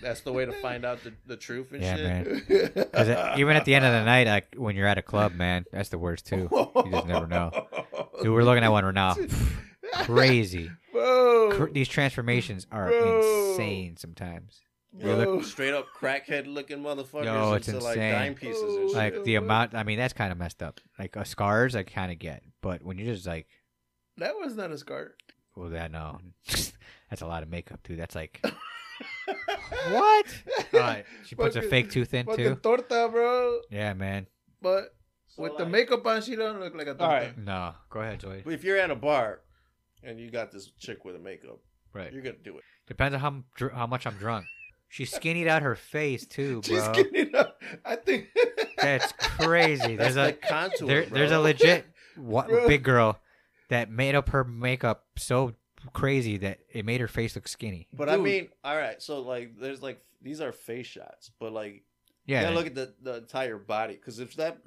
C: That's the way to find out the, the truth and
A: Yeah,
C: shit.
A: man. 'Cause it- even at the end of the night, like when you're at a club, man, that's the worst too. You just never know. Dude, we're looking at one right now. Crazy.
B: Bro.
A: Ah, Cr- these transformations are
B: Bro.
A: insane sometimes.
C: We
B: Bro.
C: look straight up crackhead looking motherfuckers
A: Yo, it's
C: into like
A: insane.
C: dime pieces and shit.
A: Like the
B: Yeah, bro.
A: amount. I mean, that's kind of messed up. Like uh, scars, I kind of get, but when you're just like,
B: That was not a scar.
A: oh, that no, that's a lot of makeup, dude. That's like, what? Uh, she puts a
B: Fucking-
A: fake tooth in
B: Fucking
A: too.
B: torta, bro.
A: Yeah, man.
B: But
D: so
B: with the
D: like-
B: makeup on, she don't look like a torta.
C: Alright.
A: No, go ahead, Joy.
C: But if you're at a bar and you got this chick with a makeup,
A: Right.
C: you're gonna do it.
A: Depends on how m- dr- how much I'm drunk. She skinnied out her face too, bro.
B: She's getting up. I think.
A: That's crazy.
C: That's
A: There's
C: the
A: a
C: contour.
A: there,
C: bro.
A: there's a legit what,
B: Bro.
A: big girl that made up her makeup so crazy that it made her face look skinny.
C: But I
B: Dude.
C: mean, all right. So like, there's like these are face shots, but like you
A: Yeah.
C: gotta look at the, the entire body because if that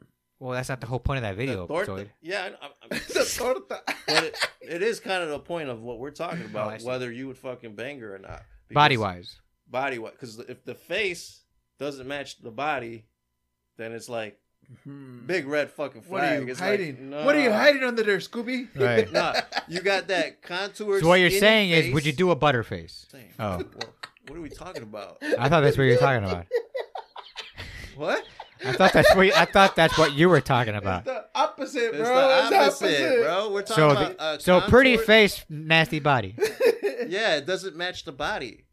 A: well, that's not the whole point of that
C: the
A: video,
C: thort-
A: Joy.
C: yeah, I- I, I,
B: It's a torta.
C: but it, it is kind of the point of what we're talking
A: Oh, I
C: about,
A: see.
C: whether you would fucking bang her or not. Because-
A: Body wise.
C: body wise, because if the face doesn't match the body, then it's like
B: Hmm.
C: Big red fucking
B: What are
C: flag.
B: you
C: It's like,
B: hiding? What are you
C: nah.
B: hiding under there, Scooby?
A: Right.
C: Nah, you got that contour.
A: So what you're
C: skinny
A: saying is, would
C: face.
A: you do a butterface?
C: Damn.
A: Oh.
C: Well, what are we talking about?
A: I thought that's what you were talking about.
C: What?
A: I thought that's what I thought that's what you were talking about.
B: The opposite,
C: It's
B: bro.
C: the opposite,
B: opposite.
C: bro. We're talking
A: So
C: about
A: the,
C: uh,
A: so pretty
C: contour-
A: face, nasty body.
C: Yeah, it doesn't match the body.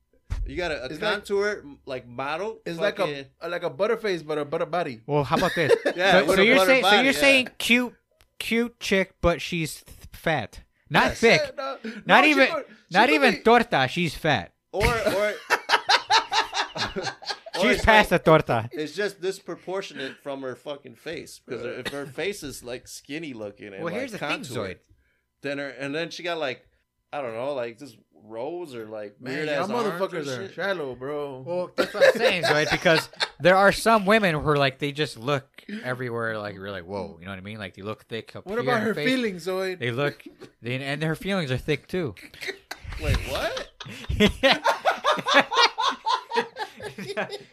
C: You got a, a
B: It's like-
C: contour like model.
B: It's like a
C: fucking-
B: like a butterface, but a butter body.
A: Well, how about this?
C: Yeah,
A: so,
C: with
A: so
C: a
A: you're
C: butter
A: saying so
C: body,
A: you're
C: yeah.
A: saying cute cute chick, but she's th- fat, not thick,
B: Yeah, no.
A: not
B: No, she
A: even
B: could- she
A: not
B: could
A: even
B: be-
A: torta. She's fat.
C: or or. or
A: She's
C: it's
A: past
C: like-
A: the torta.
C: It's just disproportionate from her fucking face because if her face is like skinny looking and
A: Well,
C: like
A: here's the thing, Zoid.
C: contoured, then her and then she got like I don't know like just rows or like
B: Man,
C: weird
B: y'all
C: ass
B: motherfuckers are
C: arms or shit.
B: shallow, bro.
A: Well, that's what I'm saying, Zoid, because there are some women who are like they just look everywhere, like you're like whoa, you know what I mean? Like they look thick up
B: what
A: here in
B: about her
A: face.
B: feelings, Zoid?
A: They look, they, and their feelings are thick too.
C: Wait, what?
A: no,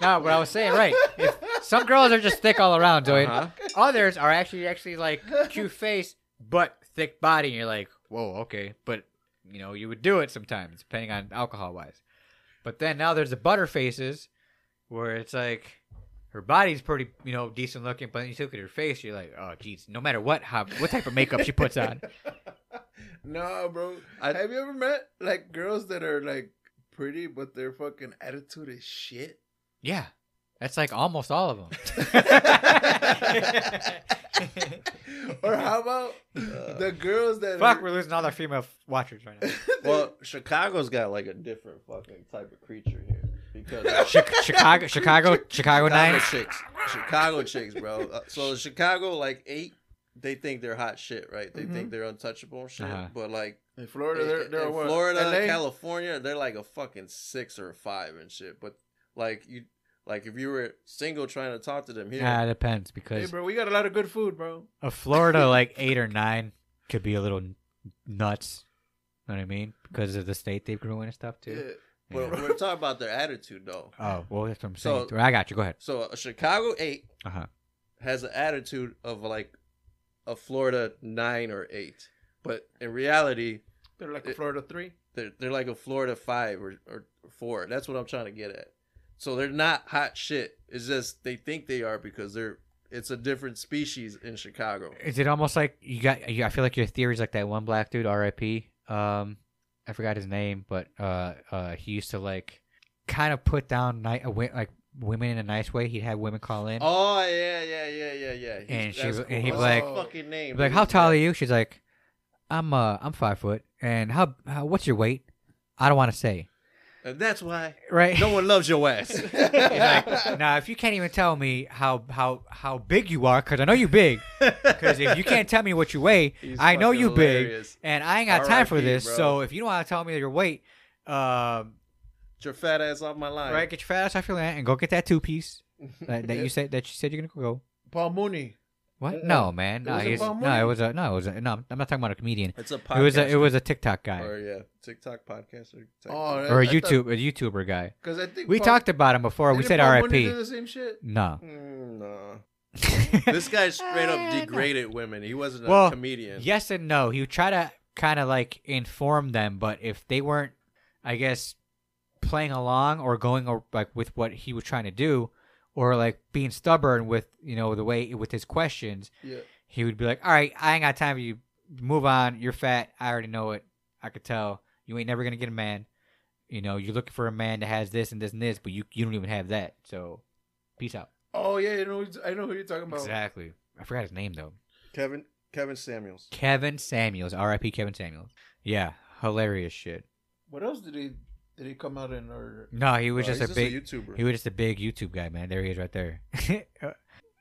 A: no, but I was saying right. If some girls are just thick all around, Zoid. Others are actually actually like cute face but thick body, and you're like, whoa, okay. But you know, you would do it sometimes, depending on alcohol wise. But then now there's the butter faces, where it's like her body's pretty, you know, decent looking, but then you look at her face, you're like, oh, geez, no matter what how, what type of makeup she puts on,
B: no, bro.
C: I-
B: Have you ever met like girls that are like pretty, but their fucking attitude is shit?
A: yeah, that's like almost all of them.
B: Or how about the girls that
A: Fuck,
B: are,
A: we're losing all our female f- watchers right now.
C: Well, Chicago's got like a different fucking type of creature here because of
A: Chi- Chicago, Chicago, Chicago
C: Chicago
A: Nine.
C: chicks, Chicago chicks, bro. Uh, so the Chicago like eight, they think they're hot shit, right? They think they're untouchable and shit.
A: Mm-hmm. Uh-huh.
C: But like
B: in Florida? They're,
C: in-
B: they're
C: in
B: what?
C: Florida,
B: LA?
C: California, they're like a fucking six or a five and shit. But like you, like if you were single trying to talk to them here,
A: Nah, it depends
B: Hey,
A: because
B: bro, we got a lot of good food, bro.
A: a Florida like eight or nine could be a little n- nuts. You know what I mean? Because of the state they grew in and stuff too.
C: but
A: Yeah.
C: we're talking about their attitude though.
A: Oh, well, that's what I'm saying.
C: So-
A: I got you. Go ahead.
C: So a Chicago eight
A: Uh huh.
C: has an attitude of like a Florida nine or eight, but in reality,
B: They're like
C: It-
B: Florida three.
C: They're they're like a Florida five or, or four. That's what I'm trying to get at. So they're not hot shit. It's just they think they are because they're it's a different species in Chicago.
A: Is it almost like you got? You, I feel like your theory's like that one black dude, R.I.P. Um, I forgot his name, but uh, uh, he used to like kind of put down night like women in a nice way. He'd have women call in.
C: Oh yeah, yeah, yeah, yeah, yeah. He's-
A: And she
C: that's
A: w- and he
C: What's
A: was like-
C: his fucking name.
A: Be like,
C: dude?
A: how tall are you? She's like, I'm uh, I'm five foot. And how, how what's your weight? I don't want to say.
C: And Uh, that's why
A: Right.
C: no one loves your ass.
A: now, if you can't even tell me how how how big you are, because I know you big. Because if you can't tell me what you weigh,
C: He's
A: I know
C: fucking
A: you
C: hilarious.
A: big, and I ain't got time for
C: RIP,
A: this.
C: bro.
A: So if you don't want to tell me your weight, um,
C: Get your fat ass off my line.
A: right, get your fat ass off your land and go get that two piece that, that you said that you said you're gonna go.
B: Paul Mooney.
A: What? No, man. No,
B: was a
A: he's,
B: bum
A: no, it
B: wig.
A: was a no, it was a, no. I'm not talking about a comedian.
C: It's a podcast.
A: It was a it was a TikTok guy
C: or Oh, yeah, TikTok podcast or
B: Oh,
C: TikTok.
A: or a
B: I thought-
A: YouTube a YouTuber guy.
B: Because I think
A: We
B: Paul-
A: talked about him before. We
B: didn't
A: said
B: Paul Mooney
A: RIP.
B: do the same shit.
A: No.
C: Mm, nah. This guy straight up degraded women. He wasn't a
A: Well,
C: comedian.
A: yes and no. He would try to kind of like inform them, but if they weren't, I guess, playing along or going or like with what he was trying to do, or like being stubborn with you know the way with his questions,
B: Yeah.
A: he would be like, "All right, I ain't got time for you. Move on. You're fat. I already know it. I could tell. You ain't never gonna get a man. You know, you're looking for a man that has this and this and this, but you you don't even have that. So, peace out."
B: Oh yeah, you know, I know who you're talking about.
A: Exactly. I forgot his name though.
C: Kevin Kevin Samuels.
A: Kevin Samuels, R.I.P. Kevin Samuels. Yeah, hilarious shit.
B: What else did he did he come out in or?
A: No, he was
C: Uh,
A: just a
C: he's
A: big.
C: YouTuber.
A: he was just a big YouTube guy, man. There he is, right there.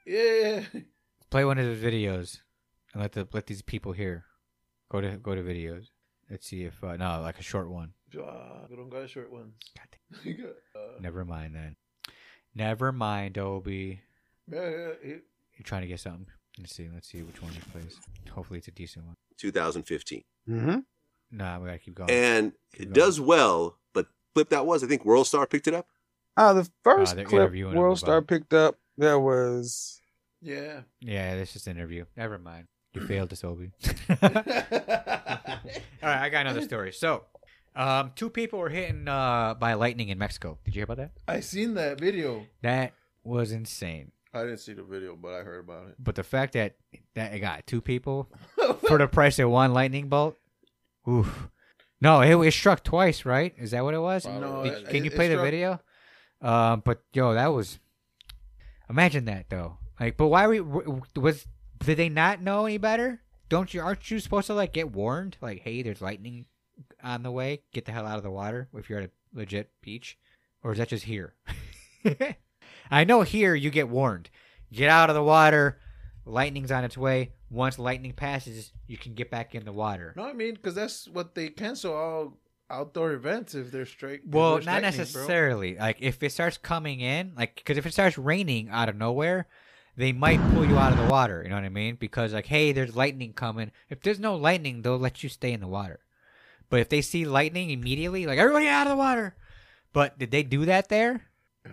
B: Yeah, yeah.
A: Play one of his videos, and let the let these people hear. Go to go to videos. Let's see if uh, no, like a short one.
B: Ah, we don't got short ones.
A: God
B: You got, uh,
A: Never mind then. Never mind, Obi.
B: yeah, yeah, he-
A: You're trying to get something. Let's see. Let's see which one he plays. Hopefully, it's a decent one.
F: 2015.
A: Nah, we gotta keep going.
F: And
A: Keep
F: it does well, but flip that was, I think World Star picked it up. Uh, the first
A: they're
F: clip
A: interviewing him
F: World Star
A: about-
F: picked up, there was
B: Yeah.
A: Yeah, that's just an interview. Never mind. You failed this, Obi. All right,
B: I
A: I got another story. So, um, two people were hitting uh, by lightning in Mexico. Did you hear about that?
B: seen that video.
A: That was insane.
C: I didn't see the video, but I heard about it.
A: But the fact that that it got two people for the price of one lightning bolt, oof. No, it, it struck twice, right? Is that what it was?
C: Wow.
B: No,
A: Did-
B: it-
A: can you
B: it
A: play the
B: struck-
A: video? Um, but yo, that was. Imagine that though. Like, but why we was did they not know any better? Don't you aren't you supposed to like get warned? Like, hey, there's lightning on the way. Get the hell out of the water if you're at a legit beach, or is that just here? I know here you get warned. Get out of the water. Lightning's on its way. Once lightning passes, you can get back in the water.
B: No, I mean, because that's what they cancel all outdoor events if they're straight. if
A: Well,
B: there's
A: not
B: lightning, bro.
A: necessarily. Like if it starts coming in, like because if it starts raining out of nowhere, they might pull you out of the water. You know what I mean? Because like, hey, there's lightning coming. If there's no lightning, they'll let you stay in the water. But if they see lightning immediately, like everybody out of the water. But did they do that there,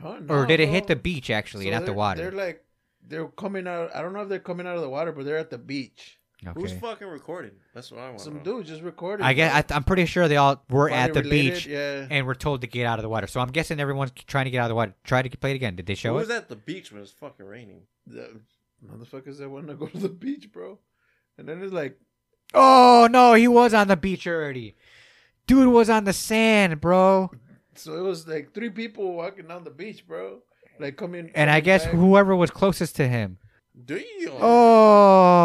B: Oh,
A: or
B: no,
A: did it hit
B: bro.
A: the beach actually,
B: So
A: not the
B: they're-
A: water?
B: They're like, they're coming out. I don't know if they're coming out of the water, but they're at the beach.
C: Who's
A: okay.
C: fucking recording? That's what I want.
B: Some
C: to know.
B: dude just recorded.
A: I guess I, I'm pretty sure they all were at the beach
B: Yeah.
A: and were told to get out of the water. So I'm guessing everyone's trying to get out of the water. Try to play it again. Did they show
C: Who
A: it?
C: was at the beach when it's fucking raining?
B: the motherfuckers that want to go to the beach, bro. And then it's like,
A: Oh no, he was on the beach already. Dude was on the sand, bro.
B: so it was like three people walking down the beach, bro. Like coming.
A: And I guess whoever was closest to him.
C: Damn.
A: Oh.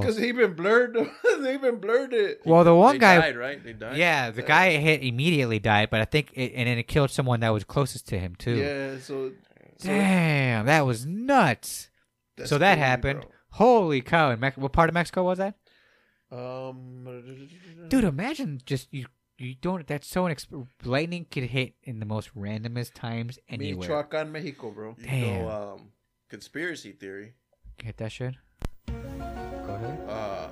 B: Because he been blurred. they even blurred it.
A: Well, the one
C: they
A: guy,
C: died, right? They died.
A: yeah, the guy it hit immediately died, but I think it, and then it killed someone that was closest to him too.
B: Yeah. So. so
A: Damn, that was nuts.
B: that's
A: so that
B: crazy,
A: happened. Holy cow! In Mex- what part of Mexico was that?
B: bro. Um.
A: Dude, imagine just you. You don't. That's so inexp- lightning could hit in the most randomest times anywhere.
B: Michoacan, Mexico, bro.
C: You
A: Damn.
C: know, um, conspiracy theory.
A: Hit that shit. Go ahead.
C: Uh,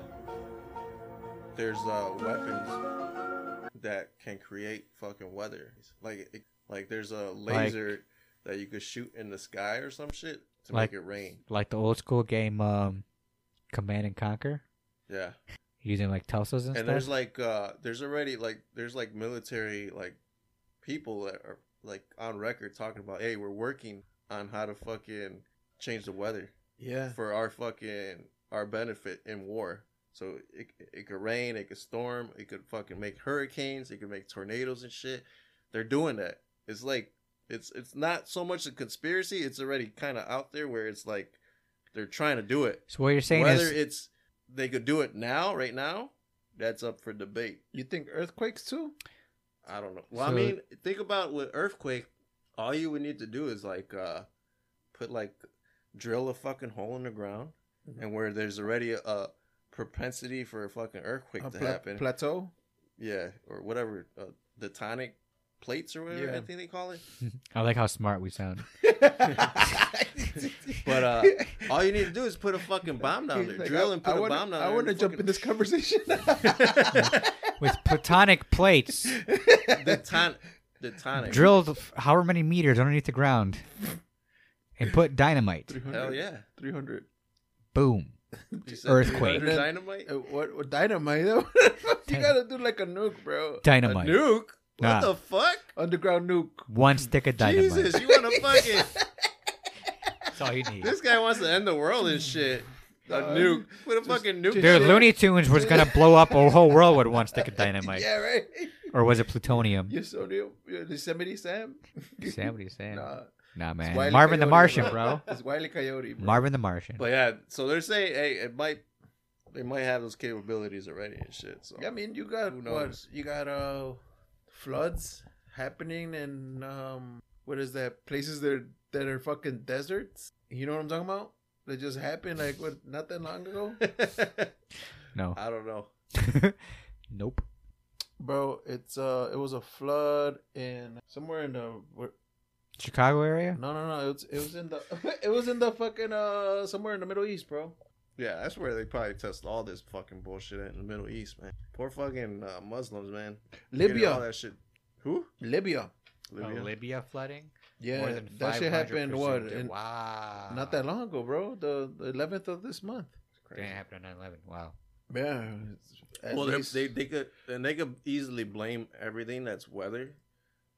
C: there's uh weapons that can create fucking weather. Like, it, like there's a laser that you could shoot in the sky or some shit to
A: Like-
C: make it rain.
A: like the old school game um command and conquer
C: Yeah.
A: using like tussles and,
C: and
A: stuff
C: there's like uh there's already like there's like military like people that are like on record talking about hey we're working on how to fucking change the weather
B: Yeah.
C: for our fucking our benefit in war so it, it could rain it could storm it could fucking make hurricanes it could make tornadoes and shit they're doing that it's like it's it's not so much a conspiracy it's already kind of out there where it's like they're trying to do it
A: so what you're saying
C: whether
A: is
C: it's they could do it now right now that's up for debate
B: You think earthquakes too?
C: I don't know. Well, I
A: So-
C: mean, think about with earthquake. All you would need to do is like uh put like drill a fucking hole in the ground,
B: Mhm.
C: and where there's already a, propensity for a fucking earthquake
B: A
C: to
B: pla-
C: happen.
B: plateau.
C: yeah, or whatever uh, the tonic plates or whatever I
B: Yeah.
C: think they call it.
A: i like how smart we sound
C: But uh all you need to do is put a fucking bomb down
B: He's
C: there,
B: like,
C: drill
B: I-
C: and put
B: I
C: a
B: wanna-
C: bomb down there.
B: I want to
C: and
B: jump
C: fucking-
B: in this conversation.
A: with platonic plates
C: the ton the tonic
A: drilled f- however many meters underneath the ground and put dynamite
B: 300.
C: Hell yeah!
B: 300
A: boom
C: You said
A: Earthquake.
C: 300 dynamite.
B: Uh, what, what dynamite? you gotta do like a nuke, bro.
A: dynamite
C: A nuke?
A: Nah.
C: What the fuck?
B: Underground nuke.
A: one stick of dynamite
C: Jesus, you want to fucking.
A: that's all you need
C: This guy wants to end the world and shit. A nuke. Put a fucking nuke.
A: Dude,
C: shit.
A: Looney Tunes was gonna blow up a whole world with one stick of dynamite,
B: Yeah, right.
A: or was it plutonium?
B: You so new. You're Yosemite Sam.
A: Sam, what are you saying?
B: Nah,
A: Nah, man,
B: Wile E.
A: Marvin the
B: Coyote,
A: Martian, bro.
B: It's Wiley Coyote. Bro.
A: Marvin the Martian.
C: But yeah, so they're saying, hey, it might, they might have those capabilities already and shit. So
B: I mean, you got
C: Who
B: what?
C: knows?
B: You got uh, floods happening and um, what is that? Places that are, that are fucking deserts. You know what I'm talking about? That just happened like what? Not that long ago,
A: No.
C: I don't know. uh,
A: nope.
B: bro. It's uh, it was a flood in somewhere in the where-
A: Chicago area?
B: no, no, no. It was it was in the it was in the fucking uh somewhere in the Middle East, bro.
C: Yeah, that's where they probably test all this fucking bullshit at in the Middle East, man. Poor fucking uh, Muslims, man. Getting All
B: Libya,
C: that shit. Who?
B: Libya.
A: Oh, Libya flooding?
B: Yeah,
A: More than
B: that shit
A: 500%
B: happened what?
A: did-
B: in-
A: wow.
B: Not that long ago, bro. The eleventh of this month.
A: Didn't happen on 9 11. Wow.
B: Yeah. at
C: well, they-
B: least-
C: they they could and they could easily blame everything that's weather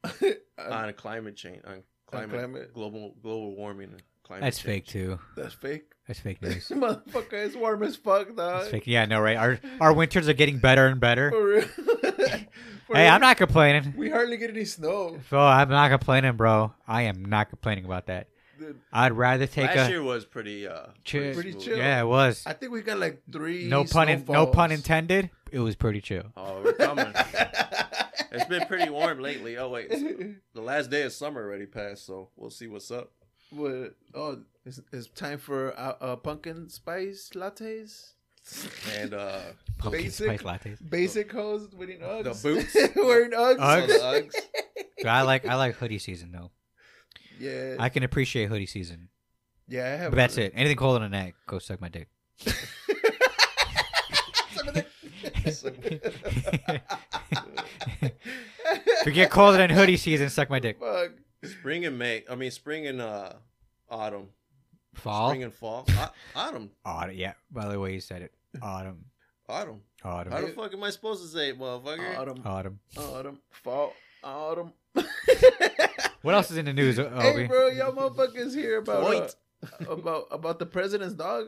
B: Uh,
C: on climate change, on climate,
B: climate.
C: global global warming, and climate.
A: That's
C: change.
A: fake, too.
B: that's fake.
A: That's fake news.
B: Motherfucker, it's warm as fuck, dog.
A: That's fake. Yeah, no, right? Our, our winters are getting better and better.
B: Uh, For real. For
A: Hey, I'm
B: real.
A: not complaining.
B: We hardly get any snow.
A: So I'm not complaining, bro. I am not complaining about that.
B: Dude,
A: I'd rather take
C: Last
A: a.
C: year was pretty uh
A: Chill.
B: pretty
C: smooth.
B: chill.
A: Yeah, it was.
B: I think we got like three.
A: No pun, in, no pun
B: snowfalls.
A: intended. It was pretty chill.
C: Oh, we're coming. it's been pretty warm lately. Oh wait, it's- the last day of summer already passed, so we'll see what's up.
B: What? Oh, it's, it's time for uh, uh, pumpkin spice lattes.
C: And uh,
A: Pumpkin
B: Basic-
A: spice lattes.
B: Basic hose wearing Uggs.
C: The boots.
B: wearing Uggs.
C: so the
A: Uggs.
C: Uggs.
A: Dude, I like I like hoodie season though.
B: Yeah.
A: I can appreciate hoodie season.
B: yeah, I have
A: But that's it. Anything colder than that, go suck my dick. if you get colder than hoodie season, suck my dick.
B: Fuck.
C: Spring and May. I mean, spring and uh, autumn.
A: Fall.
C: Spring and fall. Au- autumn.
A: Autumn. Yeah. By the way, you said it. Autumn.
C: Autumn. How the
A: Autumn.
C: fuck am I supposed to say it, motherfucker?
B: Autumn.
A: Autumn.
B: Autumn. Fall. Autumn.
A: What else is in the news, O-
B: Hey,
A: Obi?
B: bro, y'all motherfuckers hear about uh,
C: Wait.
B: about about the president's dog?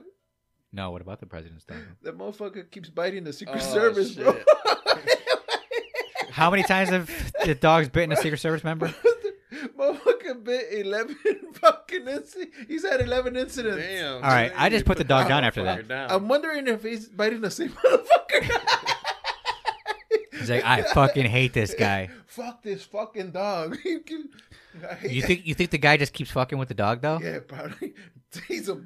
A: No. What about the president's dog?
B: That motherfucker keeps biting the Secret
C: Oh,
B: Service,
C: shit.
B: bro.
A: How many times have the dogs bitten a Secret Service member?
B: motherfucker bit eleven fucking incidents. He's had eleven incidents.
C: Damn. All
A: right, I just put the dog down after that.
B: I'm wondering if he's biting the same motherfucker.
A: He's like, I fucking hate this guy.
B: Fuck this fucking dog. You can- I hate
A: You think you think the guy just keeps fucking with the dog though?
B: Yeah, probably. He's a.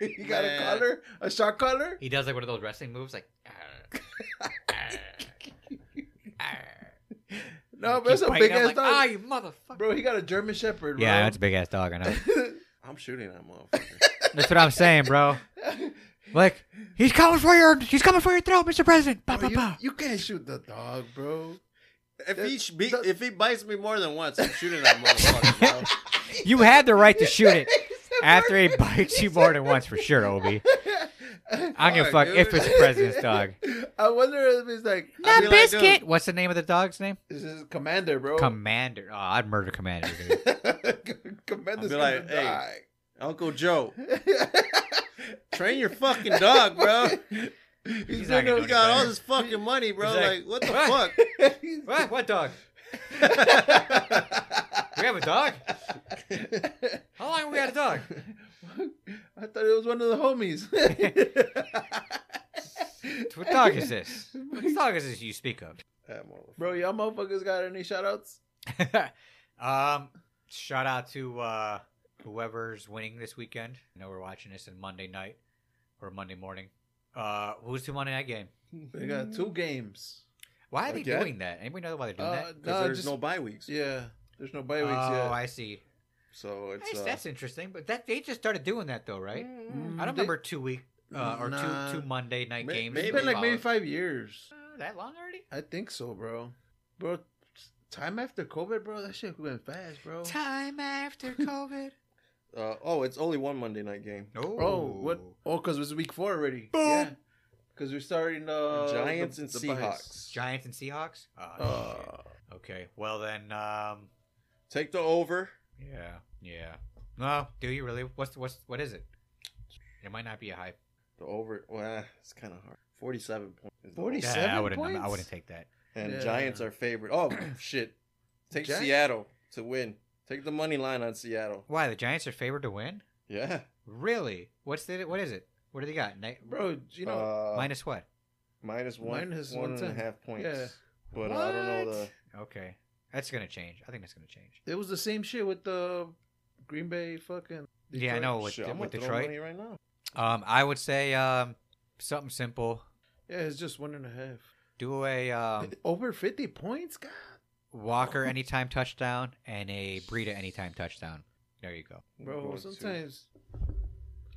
B: He got a
C: Man.
B: collar, a shark collar.
A: He does like one of those wrestling moves, like. "Arr, arr, arr."
B: No,
A: Keep
B: but it's a
A: biting
B: big
A: him,
B: ass
A: like,
B: dog,
A: Ah, you motherfucker.
B: bro. He got a German Shepherd. Bro.
A: Yeah, that's a big ass dog. I know.
C: I'm shooting that motherfucker.
A: That's what I'm saying, bro. Like he's coming for your he's coming for your throat, Mr. President. Bah, bah,
B: Bro, you,
A: bah.
B: you can't shoot the dog, bro.
C: if he sh- be-
B: That-
C: if he bites me more than once, I'm shooting that motherfucker. bro.
A: You had the right to shoot it
B: Except
A: after
B: for-
A: he bites you more than once for sure, Obi. I don't give a
C: Fuck,
A: fuck if
C: dude.
A: it's the president's dog.
B: I wonder if he's like,
C: I'd be like, dude,
A: What's the name of the dog's name?
B: this is Commander, bro.
A: Commander. Oh, I'd murder Commander, dude.
B: Commander's
C: I'd be
B: gonna
C: like, hey.
B: die.
C: Uncle Joe, train your fucking dog, bro.
B: he's
A: not
B: gonna-
A: gonna
C: You got all this fucking money, bro.
A: He's like,
C: Like, what the
A: "What?"
C: fuck?
B: he's-
A: What? What dog? We have a dog. How long have we had a dog?
B: I thought it was one of the homies.
A: What dog is this? What dog is this you speak of?
C: That motherfucker.
B: Bro, y'all motherfuckers got any shout outs?
A: um, shout out to uh, whoever's winning this weekend. I know we're watching this on Monday night or Monday morning. Uh, who's the Monday night game?
B: We got two games.
A: Why are they
C: Again?
A: doing that? Anybody know why they're doing
B: Uh,
A: that?
C: 'Cause
B: no,
C: there's
B: just,
C: no bye weeks,
B: yeah. There's no bye
A: Oh,
B: weeks yet.
A: I see.
C: so
A: Nice,
C: it's uh,
A: that's interesting. But that they just started doing that though, right?
B: Mm,
A: I don't
B: they-
A: remember two week uh, or
B: Nah.
A: two two Monday night
C: May-
A: games.
B: It's
C: maybe.
B: been like maybe
A: followed.
B: five years.
A: Uh, that long already?
B: I think so, bro. Bro, time after COVID, bro, that shit went fast, bro.
A: Time after COVID.
C: uh, oh, it's only one Monday night game.
A: oh,
B: Bro, what? Oh, because it's week four already.
A: Boom.
B: Because we're starting uh,
C: Giants
B: the-
C: and
B: the buys.
C: Seahawks.
A: Giants and Seahawks. Oh, shit.
B: Uh,
A: Okay. Well then, um,
C: Take the over.
A: yeah, yeah. No, do you really? What's what's what is it? It might not be a hype.
C: The over. Well, ah, it's kind of hard. Forty-seven points. is the
B: 47?
C: over.
A: Yeah, I
B: Seven
A: wouldn't. I
B: points?
A: wouldn't take that.
C: And
B: Yeah.
C: Giants are favored. Oh shit! Take
B: Giants?
C: Seattle to win. Take the money line on Seattle.
A: Why the Giants are favored to win?
C: Yeah.
A: Really? What's the what is it? What do they got? Ni-
B: bro, you know,
C: uh,
A: minus what?
C: minus one,
B: minus
C: one and a
B: 110.
C: half points.
B: Yeah.
C: But I don't know the.
A: What? Okay, that's gonna change. I think that's gonna change.
B: it was the same shit with the Green Bay fucking.
A: Yeah, I
B: Detroit.
A: know with,
C: Shit, I'm
A: with
C: gonna throw
A: Detroit.
C: money right now.
A: Um, I would say um something simple.
B: Yeah, it's just one and a half.
A: Do a um,
B: Over 50 points? God.
A: Walker anytime touchdown and a Breida anytime touchdown. There you go.
C: I'm
B: Bro,
C: going to-
B: sometimes.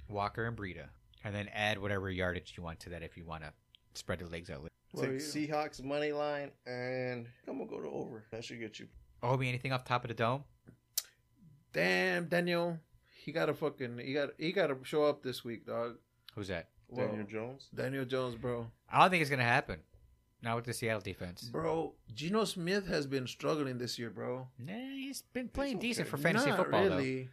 A: Walker and Breida, and then add whatever yardage you want to that if you want to spread the legs out. a little.
B: Well,
C: Take
B: you-
C: Seahawks money line, and I'm gonna go to over. That should get you.
A: Obi, anything off top of the dome?
B: Damn, Daniel, he got to fucking he got he got to show up this week, dog.
A: Who's that?
B: Well,
C: Daniel Jones.
B: Daniel Jones, bro.
A: I don't think it's gonna happen. Not with the Seattle defense.
B: Bro, Geno Smith has been struggling this year, bro.
A: Nah, he's been playing decent for fantasy football though.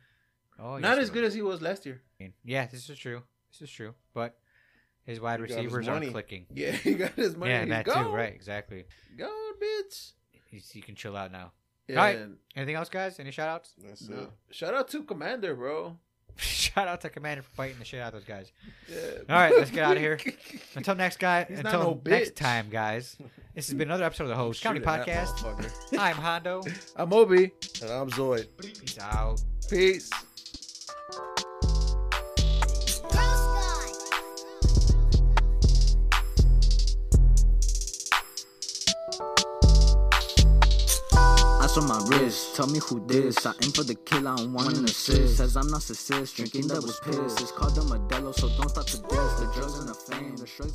A: Oh,
B: Not as good as he was last year.
A: as. Yeah, this is true. This is true. But his wide
C: He got his
A: receivers aren't
C: money.
A: clicking.
B: Yeah, he got his money.
A: yeah, and that
B: Go,
A: too. Right, exactly.
B: Go, bitch.
A: He's, he can chill out now.
B: Yeah.
A: Alright. Anything else, guys? Any shout outs?
C: That's
B: no.
C: it.
B: Shout out to Commander, bro.
A: shout out to Commander for fighting the shit out of those guys.
B: Yeah.
A: Alright, let's get outta here. Until next guy,
B: He's not
A: until
B: no
A: next
B: bitch.
A: time, guys. This has been another episode of the Host Comedy
C: Shoot at that
A: Podcast.
C: motherfucker.
A: I'm Hondo.
B: I'm Obi.
C: And I'm Zoid.
A: Peace out.
B: Peace.
G: Eyes on my wrist, tell me who this. I aim for the kill, I don't want an assist. Says I'm narcissist, drinking that was piss. It's called the Modelo, so don't stop to diss. The drugs and the fame, the shrugs.